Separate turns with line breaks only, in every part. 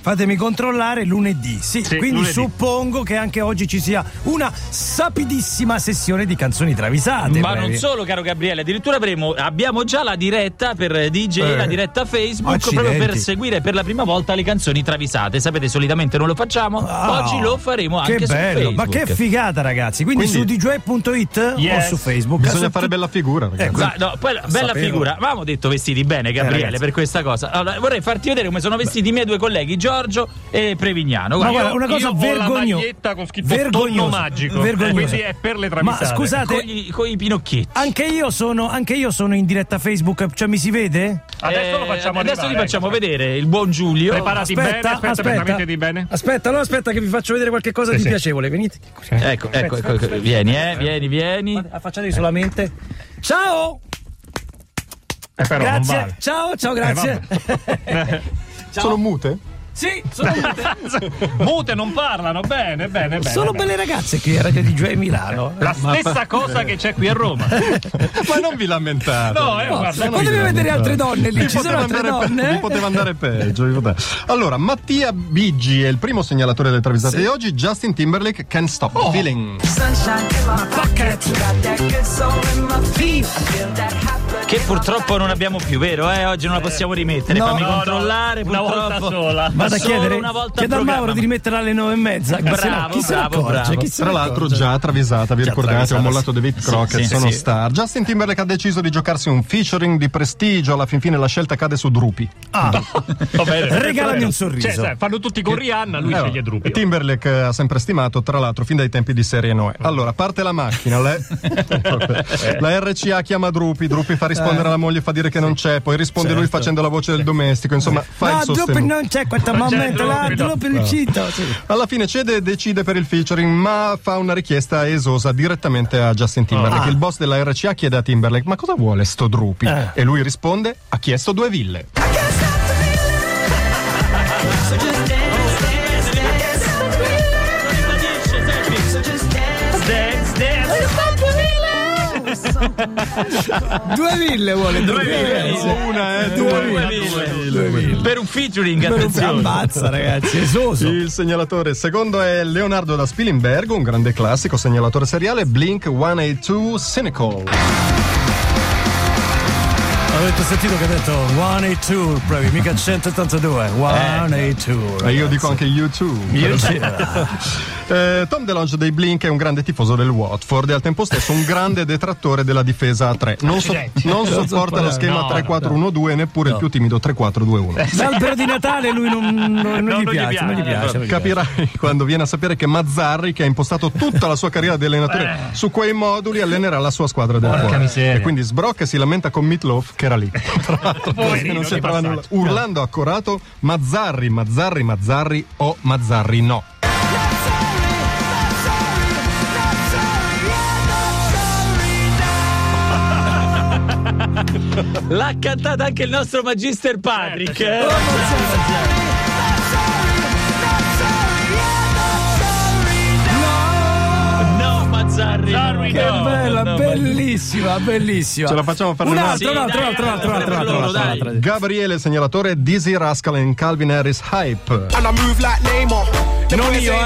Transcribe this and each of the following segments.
fatemi controllare, lunedì. Sì,
Sì,
quindi
lunedì.
suppongo che anche oggi ci sia una sapidissima sessione di canzoni travisate.
Ma
brevi.
non solo, caro Gabriele, addirittura avremo- abbiamo già la diretta per DJ,
Eh.
la diretta Facebook,
Accidenti.
proprio per seguire per la prima volta le canzoni travisate. Sapete, solitamente non lo facciamo,
Ah,
oggi lo faremo
che
anche
bello,
su
ma
Facebook.
che figata, ragazzi! Quindi,
Quindi-
su dj.it
Yes.
o su Facebook?
Bisogna
Su
fare
tu-
bella figura,
Ecco,
ragazzi.
Sa- no, poi la- bella
sapevo.
figura, avevamo detto vestiti bene, Gabriele,
ragazzi.
per questa cosa. Allora, vorrei farti vedere come sono vestiti i miei due colleghi, Giorgio e Prevignano.
Ma
Guarda,
guarda, una cosa
io ho la
vergogno-
maglietta con scritto
vergognosa.
tonno magico,
vergognosa.
quindi è per le
Ma
travisate.
scusate,
con, gli- con i pinocchietti.
anche io, sono, anche io sono in diretta Facebook, cioè mi si vede?
Adesso
Eh,
lo facciamo
adesso
arrivare,
li facciamo
ecco.
vedere il buon Giulio.
Preparati bene, aspetta, veramente di bene.
Aspetta, no, aspetta, che vi faccio vedere qualche cosa di piacevole. Venite.
Ecco, ecco, ecco, ecco, vieni, eh, vieni, vieni.
Affacciatevi solamente. Ciao!
Eh, però non
grazie.
vale.
Ciao, ciao,
Eh,
grazie.
Sono mute?
sì, sono,
Mute non parlano, bene, bene, bene.
sono
bene. Eh,
belle ragazze qui a Radio DJ Milano.
La stessa cosa che c'è qui a Roma.
Ma non vi lamentate.
No, eh, guarda,
Ma devi vedere altre donne lì,
Vi
ci sono
poteva,
altre
andare pe- vi
donne. eh?
poteva andare peggio. vi poteva- Allora, Mattia Biggi è il primo segnalatore delle travisate di oggi. Justin Timberlake, Can't Stop the Feeling.
Che purtroppo non abbiamo più, vero? Eh? Oggi non la possiamo rimettere.
No.
Fammi
No, no,
controllare,
una
purtroppo.
volta sola.
Vado a
Solo
chiedere.
una volta
Chiedo a Mauro
al programma.
di rimetterla alle nove e mezza. Chi se ne-
Bravo,
chi se ne
bravo,
accorge?
bravo.
Chi se
Tra
ne
l'altro,
accorge?
già travisata, vi ricordate? Ho
travisata,
mollato The David Crockett,
sì,
sono
sì.
star. Justin Timberlake ha deciso di giocarsi un featuring di prestigio. Alla fin fine, la scelta cade su Drupi.
Ah.
Regalami un sorriso.
Cioè, sai, fanno tutti con Rihanna, lui
Eh,
sceglie Drupi.
Timberlake eh, ha sempre stimato, tra l'altro, fin dai tempi di Serie Noè.
Mm.
Allora, parte la macchina, la, la RCA chiama Drupi, Drupi fa rispondere la moglie, fa dire che non c'è, poi risponde lui
Certo.
facendo la voce del domestico, insomma, fa
No,
il
dopo
sostenuto.
Ah, non c'è questo momento,
Drupi,
là,
no.
dopo il cito. sì.
Alla fine cede e decide per il featuring, ma fa una richiesta esosa direttamente a Justin Timberlake.
Ah.
Il boss della RCA chiede a Timberlake: Ma cosa vuole sto Drupi?
Eh.
E lui risponde: Ha chiesto due ville.
Due mille vuole, due
Eh,
mille.
Una, eh,
Due ville.
Due ville.
Per un featuring, attenzione.
Ammazza, ragazzi, esoso.
Il segnalatore secondo è Leonardo da Spilimbergo, un grande classico segnalatore seriale Blink 182 Cynical.
Avete sentito che ha detto 182, bravi, mica 182, 182.
E io dico anche YouTube. Eh, Tom DeLonge dei Blink è un grande tifoso del Watford e al tempo stesso un grande detrattore della difesa a 3. Non, so- non sopporta lo schema 3-4-1-2 neppure il più timido 3-4-2-1.
L'albero di Natale lui non, non- non gli, piace, non gli piace, non gli
Capirai quando viene a sapere che Mazzarri, che ha impostato tutta la sua carriera di allenatore su quei moduli, allenerà la sua squadra del cuore. E quindi Sbrocca si lamenta con Meatloaf, che era lì. Tra l'altro,
Poverino,
non
che
c'entrava nulla.
Uh,
passaggio.
Urlando accorato, Mazzarri, Mazzarri, Mazzarri o Mazzarri no.
L'ha cantata anche il nostro Magister Patrick. eh. No, Mazzarri.
Mazzarri,
piace. Che
no.
bella, bellissima, bellissima.
Ce la facciamo fare
un
una-
altro,
Sì,
un altro, un
dai,
altro, un
dai,
altro, un altro, un altro,
loro,
un altro,
dai.
un altro.
Gabriele, segnalatore, Dizzy Rascal e Calvin Harris Hype.
Non io, eh.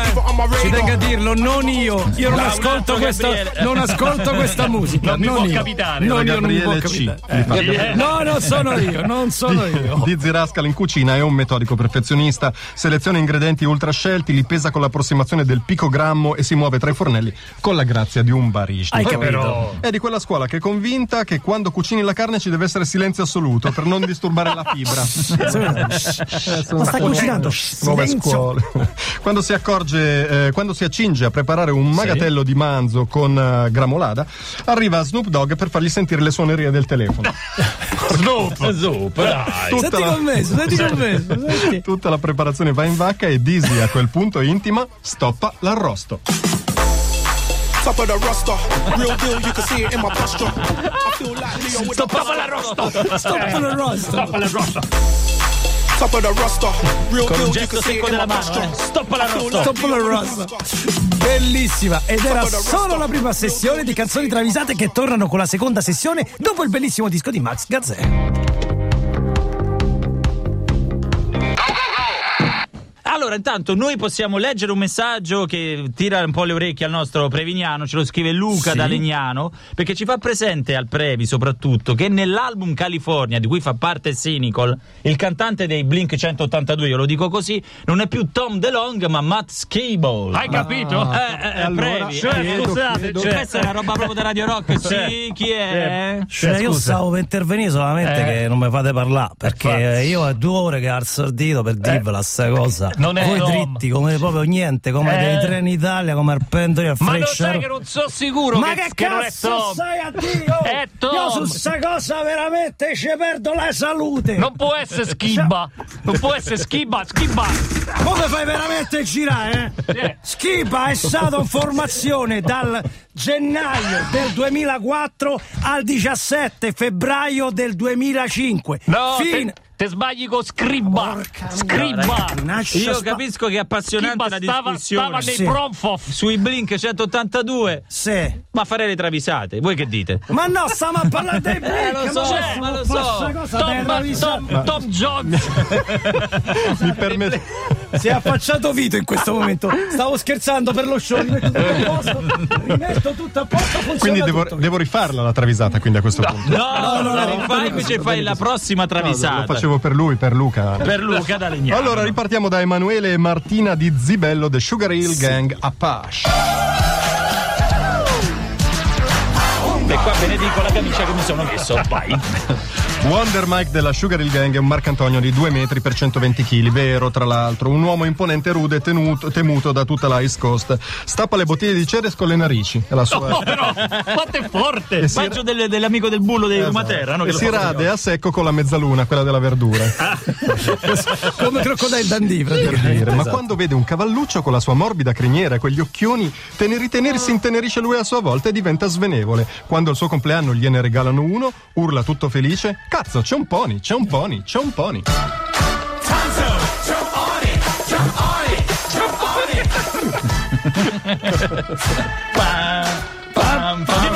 Ci tengo a dirlo, non io. Io non
Bravo,
ascolto
Marco
questa,
Gabriele.
non ascolto questa musica.
Non mi
non
può
io.
capitare,
Non io, non mi può
Gabriele C.
capitare.
Li fa
Eh,
No, non sono io, non sono io.
Dizzy Rascal in cucina è un metodico perfezionista, seleziona ingredienti ultra scelti, li pesa con l'approssimazione del picogrammo e si muove tra i fornelli con la grazia di un barista.
Hai capito?
È di quella scuola che è convinta che quando cucini la carne ci deve essere silenzio assoluto per non disturbare la fibra.
Ma sta cucinando.
Nuove
Silenzio.
scuole. Quando si accorge, eh, quando si accinge a preparare un magatello di manzo con eh, gramolada, arriva Snoop Dogg per fargli sentire le suonerie del telefono.
Snoop.
Tutta
Senti
la-
commesso, senti commesso. senti.
Tutta la preparazione va in vacca e Dizzy a quel punto intima stoppa l'arrosto.
Top of the roster, real deal, you can see it in my posture. I feel like Leo with the
Stoppa la rosta.
Stop the roster.
Stoppa la rosta.
top of the roster, real
Con un
deal, you
gesto
can see
secco
it in
della
my
mano.
posture.
eh. Stoppa la rosta.
Stop the roster. Bellissima ed era solo la prima sessione di canzoni travisate che tornano con la seconda sessione dopo il bellissimo disco di Max Gazzè.
Allora, intanto noi possiamo leggere un messaggio che tira un po' le orecchie al nostro Prevignano, ce lo scrive Luca
Sì.
da Legnano, perché ci fa presente al Previ soprattutto che nell'album California, di cui fa parte Cynical, il cantante dei Blink 182, io lo dico così, non è più Tom DeLong ma Matt Scable.
Hai capito?
Ah.
Eh, eh, eh,
allora,
Previ,
Cioè,
eh,
scusate, cioè-
questa è una roba proprio da Radio Rock. Sì, chi è?
Cioè, io stavo per intervenire solamente
Eh.
che non mi fate parlare perché
Infatti.
io ho due ore che ho assordito per dirvela sta cosa.
Eh, Non è
Voi
Tom.
dritti come proprio niente, come
Eh.
dei treni Italia, come al pendolo al
Ma lo
Frecciaro.
sai che non sono sicuro
Ma
che,
che,
che non è
cazzo
Tom.
sai a Dio?
È Tom.
Io su sta cosa veramente ci perdo la salute.
Non può essere Schibba. Non può essere Schibba, Schibba.
Come fai veramente girare? Eh?
Eh.
Schipa è stato in formazione dal gennaio del 2004 al 17 febbraio del 2005.
No,
Fin-
te, te sbagli con Scribba. Scribba.
Nasce
Io
spa-
capisco che è appassionante
Schibba
la
stava, stava
discussione
nei
Sì.
Bronfoff.
sui Blink 182.
Sì.
Ma fare le travisate, voi che dite?
Ma no, stiamo a parlare dei Blink,
Eh, lo so,
c'è
ma lo
questa
so.
cosa della
Tom,
risata.
Tom, Tom Jones.
Mi permette.
Si è affacciato Vito in questo momento. Stavo scherzando per lo show, rimetto tutto a posto. Rimetto tutto a posto, funziona
Quindi devo,
tutto.
devo rifarla la travisata quindi a questo punto.
No,
no,
non la
no,
rifai, invece fai la prossima
No, lo
travisata.
facevo per lui, per Luca.
Per Luca da Legnano.
Allora ripartiamo da Emanuele e Martina di Zibello The Sugar Hill Gang Apache.
e qua benedico la camicia che mi sono messo. Vai.
Wonder Mike della Sugar Hill Gang è un marcantonio di 2 metri per 120 kg, vero tra l'altro, un uomo imponente e rude tenuto- temuto da tutta la East Coast. Stappa le bottiglie di Ceres con le narici, è la sua...
No, però, quanto è forte.
Faccio del- dell'amico del bullo di
Esatto.
Rumaterra, no?
e
Che lo
si
fa così.
rade a secco con la mezzaluna, quella della verdura.
Come Crocodile Dundee, praticamente.
Ma quando vede un cavalluccio con la sua morbida criniera e quegli occhioni, teneri teneri
Ah.
si intenerisce lui a sua volta e diventa svenevole. Quando al suo compleanno gliene regalano uno, urla tutto felice: Cazzo, c'è un pony, c'è un pony, c'è un pony.
Pam, pam, pam.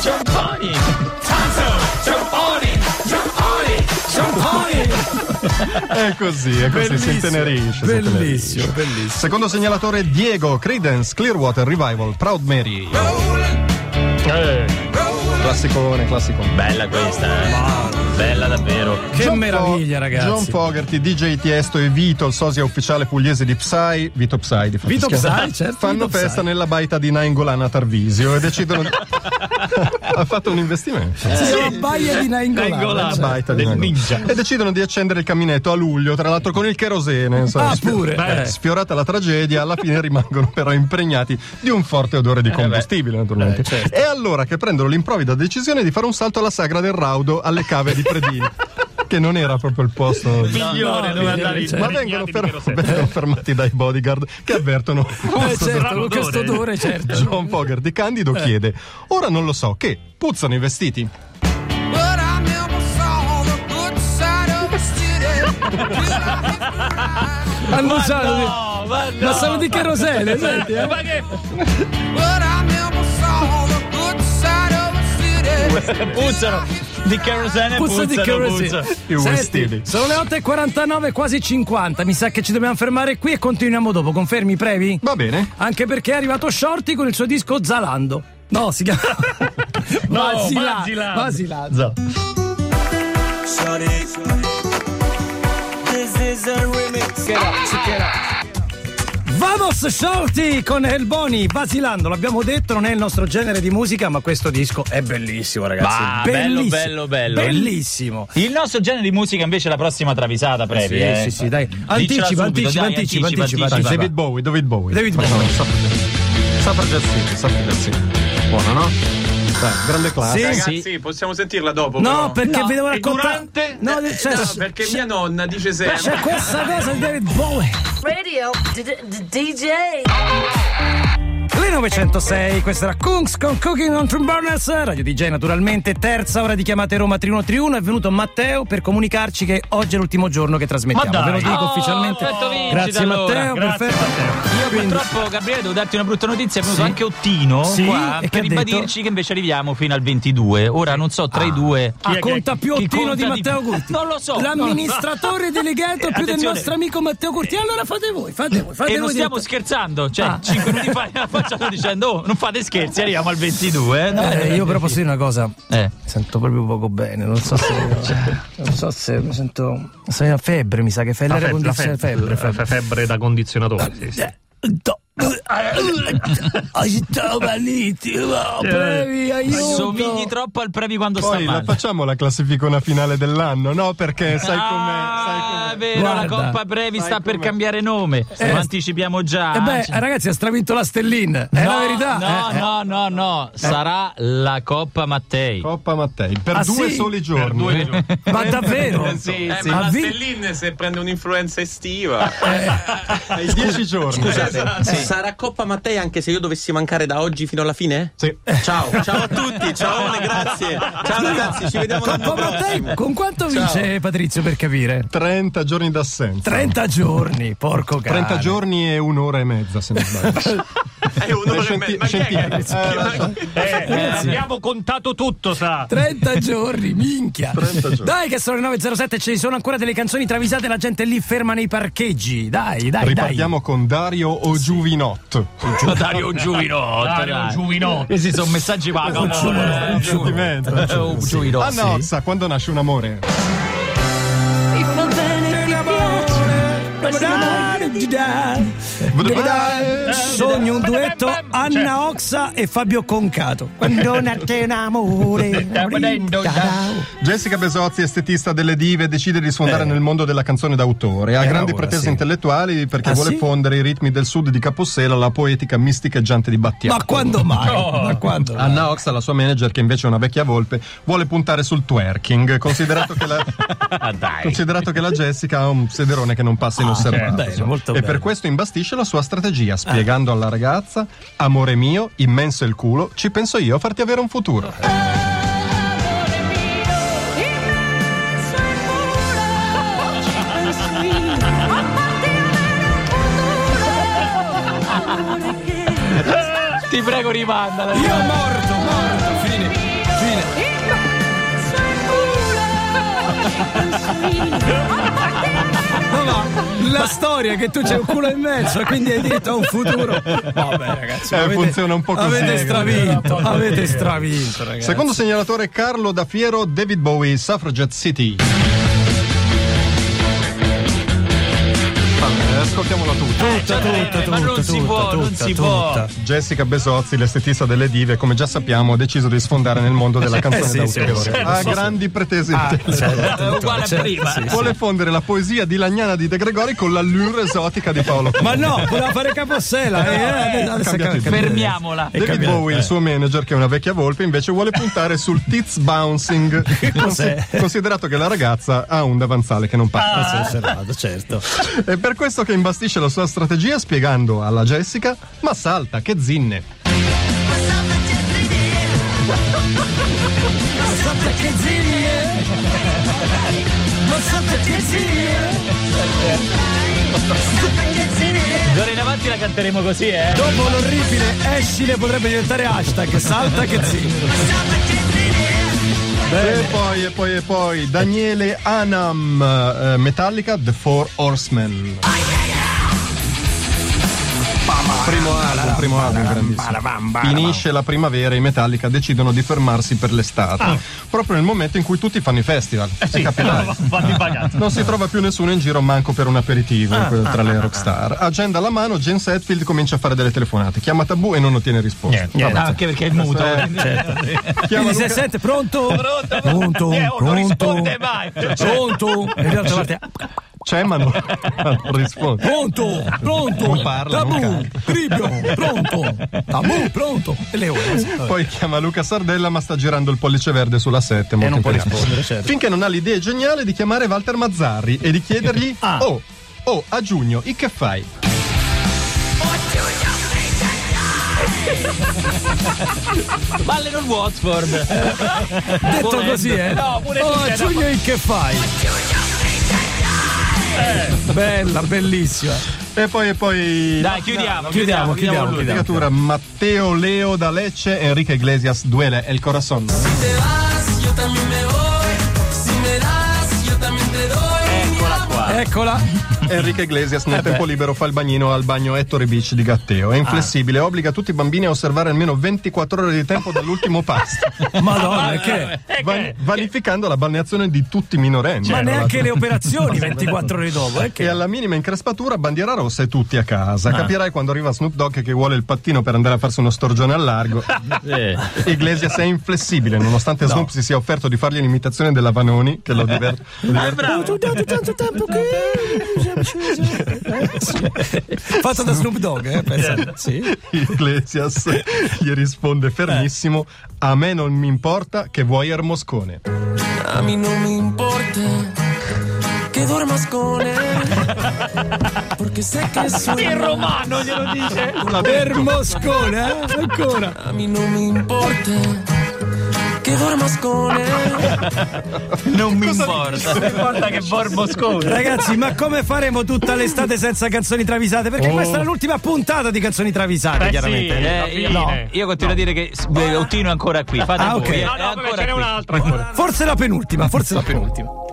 Giamponi.
È così, è così, si intenerisce. si intenerisce.
Bellissimo, bellissimo.
Secondo segnalatore Diego Credence Clearwater Revival Proud Mary.
Eh.
Classicone, classicone.
Bella questa, eh. Bella davvero.
Che meraviglia,
Fo-
ragazzi.
John Fogerty, DJ Tiesto e Vito, il sosia ufficiale pugliese di Psy, Vito Psy di fatto
Vito
si chiama,
Psy, certo,
fanno
Vito Psy.
festa nella baita di Nainggolan a Tarvisio e decidono di... ha fatto un investimento.
Si chiama Baia di
Nainggolan.
Eh, Nainggolan.
La
cioè.
baita di
del
Nainggolan. E decidono di accendere il caminetto a luglio, tra l'altro con il cherosene. insomma.
Ah, pure.
Beh,
Eh.
Sfiorata la tragedia, alla fine rimangono però impregnati di un forte odore
Eh,
di combustibile, naturalmente.
certo.
E allora che prendono l'improvvida decisione di fare un salto alla sagra del raudo alle cave di Predini. Che non era proprio il posto di-
Migliore dove andare in
ma vengono,
Brignati di
fer-
Rosetto.
vengono fermati dai bodyguard che avvertono
Eh, certo,
odore.
con questo odore, certo.
John Fogher di Candido chiede ora non lo so che puzzano i vestiti
But I never saw the good side of the city.
Hanno usato
No, ma
la
no.
sala di Cherosene, senti. eh.
Ma che
But I never saw the good side of the city.
Puzzano di kerosene,
Puzza
puzzano,
di Cherosene.
puzzano.
i
Senti,
vestiti
sono le 8.49, quasi 50. Mi sa che ci dobbiamo fermare qui e continuiamo dopo. Confermi, previ?
va bene
Anche perché è arrivato Shorty con il suo disco Zalando. No, si chiama. Basila-
Basilando.
Basilando. Vamos Shorty con El Boni, Basilando, l'abbiamo detto, non è il nostro genere di musica, ma questo disco è bellissimo, ragazzi.
Bah,
Bellissimo.
bello, bello, bello.
Bellissimo.
Il nostro genere di musica invece è la prossima travisata, Previ.
Sì,
eh.
sì, sì, dai.
Diccela
Anticipa,
subito,
anticipa,
dai,
anticipa, anticipa, anticipa.
David Bowie David Bowie
David
Facciamo
Bowie.
un suffragette. Suffragettine, suffragettine. buono no? Dai, grande classe
Sì.
Ah, Ragazzi, possiamo sentirla dopo.
No,
però.
perché
No.
vi devo
E
raccontare.
durante-
No,
eh,
cioè,
no,
c'è-
perché mia nonna dice sempre.
c'è questa cosa di David Bowie.
radio d- d- DJ.
Le 3906, questa era Kungs con Cooking on True Burners, Radio DJ naturalmente, terza ora di chiamate Roma 3131, è venuto Matteo per comunicarci che oggi è l'ultimo giorno che trasmettiamo,
Ma dai.
ve lo dico
Oh,
ufficialmente.
perfetto, vincita
Grazie
allora.
Matteo,
Grazie,
perfetto.
Matteo.
Io
Quindi-
purtroppo, Gabriele, devo darti una brutta notizia. È venuto
Sì.
anche Ottino
Sì,
qua
e che
per
ha
ribadirci che invece arriviamo fino al 22. Ora non so, tra i due.
Ah,
è che-
conta più
chi
Ottino
conta
di
di-
Matteo Curti.
Non lo so,
L'amministratore delegato
Eh,
più del
attenzione.
nostro amico Matteo Curti. Allora fate voi, fate voi, fate
E non
voi.
stiamo
direttore.
scherzando, cioè
Ah.
5 minuti fa la facciamo dicendo "Oh, non fate scherzi, arriviamo al 22". eh.
Eh, io però posso dire una cosa.
Eh.
Mi sento proprio poco bene, non so se. non so se mi sento. Se una febbre, mi sa che fai
La
l'aria
febbre, la
condizionata.
febbre,
Febbre,
la
febbre.
fe- febbre da condizionatore. sì, sì.
Oggi sto malissimo,
Eh.
previ, Eh, aiuto.
Somigli troppo al Previ quando
Poi
sta
la
male.
facciamo la classificona finale dell'anno, no? Perché sai com'è, sai
Ah,
com'è.
è vero, la
Guarda.
Coppa Previ
Sai
sta per
com'è.
cambiare nome. Lo anticipiamo già.
Eh beh,
Anzi-
ragazzi, ha stravinto la stellina. È
No,
la verità.
No,
eh, eh.
no, no, no, sarà la Coppa Mattei.
Coppa Mattei, per
Ah,
due
sì?
soli giorni.
eh. Ma davvero?
Sì, sì.
Ha
ma la
vi-
Stellin se prende un'influenza estiva. Esatto.
Ai dieci giorni.
Scusate, sarà Coppa Mattei anche se io dovessi mancare da oggi fino alla fine?
Sì.
Ciao, ciao a tutti, ciao Ale, grazie. Ciao ragazzi, ci vediamo l'anno
Coppa Mattei,
prossimo.
con quanto vince Patrizio per capire?
30 giorni d'assenza.
30 giorni, porco cane.
30 giorni e un'ora e mezza, se non sbaglio.
È un'ora e
Scienti-
mezza. Ma chi è che-
scientifico. Eh, lascia-
Eh, abbiamo contato tutto, sa.
30 giorni, minchia.
30 giorni.
Dai che sono le 9.07, ci sono ancora delle canzoni travisate, la gente è lì ferma nei parcheggi. Dai, dai,
Ripartiamo con Dario Ogiuvinot.
Dario Giuino,
Dario Giuvinotto.
Questi sono messaggi vago. Un
sentimento.
Giuino.
Anna Ozza, Ah, quando nasce un amore?
dai. Dai, dai. Sogno un duetto Anna Oxa e Fabio Concato. Quando nasce un amore.
Jessica Besozzi, estetista delle dive, decide di sfondare nel mondo della canzone d'autore. Ha
Eh,
grandi
ora,
pretese
sì.
intellettuali perché
Ah,
vuole
sì?
fondere i ritmi del sud di Capossela alla poetica misticheggiante di Battiato.
Ma quando mai? Ma quando mai?
Anna Oxa, la sua manager, che invece è una vecchia volpe, vuole puntare sul twerking, considerato che la,
Ah,
considerato che la Jessica ha un sederone che non passa inosservato.
ok, Ah, certo. bene, molto bene.
e
Eh.
per questo imbastisce la sua strategia, spiegando alla ragazza: Amore mio, immenso è il culo, ci penso io a farti avere un futuro.
Eh,
Ti prego rimandala.
Io morto, morto, fine, fine. Ma va, la storia è che tu c'hai un culo in mezzo, quindi hai detto a un futuro. Vabbè, ragazzi.
Eh, funziona un po' così,
Avete
eh,
stravinto, avete stravinto, ragazzi.
Secondo segnalatore Carlo Da Fiero, David Bowie, Suffragette City. Vabbè, ascoltiamola tutta.
tutta, tutta,
ma non si può, non si può.
Jessica Besozzi, l'estetista delle dive, come già sappiamo, ha deciso di sfondare nel mondo della canzone
Eh sì, sì, Ah,
d'autore.
certo,
ha grandi pretese intellettuali.
È uguale
Certo,
a prima.
Vuole fondere la poesia di Lagnana di De Gregori con l'allure esotica di Paolo Coelho.
Ma no, voleva fare capossela. eh, eh, adesso
cambiato
cam-
il-
cam-
Fermiamola.
è
David
cambiato,
Bowie,
eh.
il suo manager, che è una vecchia volpe, invece vuole puntare sul tits bouncing,
Cos'è?
considerato che la ragazza ha un davanzale che non parte.
Ah, sì, serrato, certo.
È per questo che imbastisce la sua strategia spiegando alla Jessica, ma salta, che zinne.
D'ora in avanti la canteremo così, eh.
Dopo l'orribile escile potrebbe diventare hashtag salta che zingaro.
E poi, e poi, e poi, Daniele Anam, eh, Metallica, The Four Horsemen. Primo album, primo album grandissimo. Finisce la primavera e i Metallica decidono di fermarsi per l'estate. Proprio nel momento in cui tutti fanno i festival. È capitale.
Fatti pagati.
Non si trova più nessuno in giro, manco per un aperitivo que- tra le rockstar. Agenda alla mano, James Hetfield comincia a fare delle telefonate. Chiama Tabù e non ottiene risposta.
Ah, Anche perché è muto.
Chiama
Quindi se
Luca-
sente pronto? Pronto? Pronto?
Eh, oh, non risponde
Pronto?
mai.
Pronto? E l'altra parte
C'è, Cioè, ma non, ma non risponde.
Pronto? Pronto?
Non parla, non
Tabù,
canta.
cribbio, pronto. Tabù, pronto. E le ore.
Poi chiama Luca Sardella, ma sta girando il pollice verde sulla 7. molto
non può
impegnato.
rispondere, certo.
Finché non ha l'idea geniale di chiamare Walter Mazzarri e di chiedergli:
Ah.
Oh, oh, a giugno, i che fai?
Balle non Watford.
Detto
Volendo.
così, eh.
No, pure tu
oh,
sei da-
Giulio in che fai?
Eh.
Bella, bellissima.
E poi, e poi
Dai,
Chiudiamo,
chiudiamo, certo.
chiudiamo,
chiudiamo, lui.
chiudiamo.
Legatura Matteo Leo da Lecce, Enrique Iglesias duele el corazón.
Eccola qua.
Eccola.
Enrique Iglesias nel tempo libero fa il bagnino al bagno Ettore Beach di Gatteo. È inflessibile, obbliga tutti i bambini a osservare almeno 24 ore di tempo dall'ultimo pasto,
Madonna, che.
Eh,
van-
che-
vanificando la balneazione di tutti i minorenni.
Ma
Tra
neanche
l'altro.
le operazioni 24 ore dopo, eh?
E
Che... Ah.
alla minima increspatura, bandiera rossa e tutti a casa. Capirai quando arriva Snoop Dogg che vuole il pattino per andare a farsi uno storgione al largo.
Eh.
Iglesias è inflessibile, nonostante Snoop si sia offerto di fargli l'imitazione della Vanoni, che lo
Eh.
diverte.
Fatto da Snoop Dogg, eh? pensa. Sì.
Iglesias gli risponde fermissimo: A me non mi importa che vuoi Ermoscone.
A mí no me importa que duermas con él. Porque sé que
Il
suena.
romano glielo dice.
Per Moscone, eh? Ancora.
A mí no me importa que duermas con él.
Non mi importa.
Guarda che borboscone.
Ragazzi, ma come faremo tutta l'estate senza canzoni travisate? Perché questa è l'ultima puntata di canzoni travisate,
Eh
chiaramente.
sì.
Eh, io, no, io continuo a dire che s- beh, Ottino è ancora qui. Fate
Ah,
voi,
ok.
eh,
No,
è
No, no, perché ce
ancora
n'è
qui.
un'altra ancora.
Forse la penultima, forse la penultima.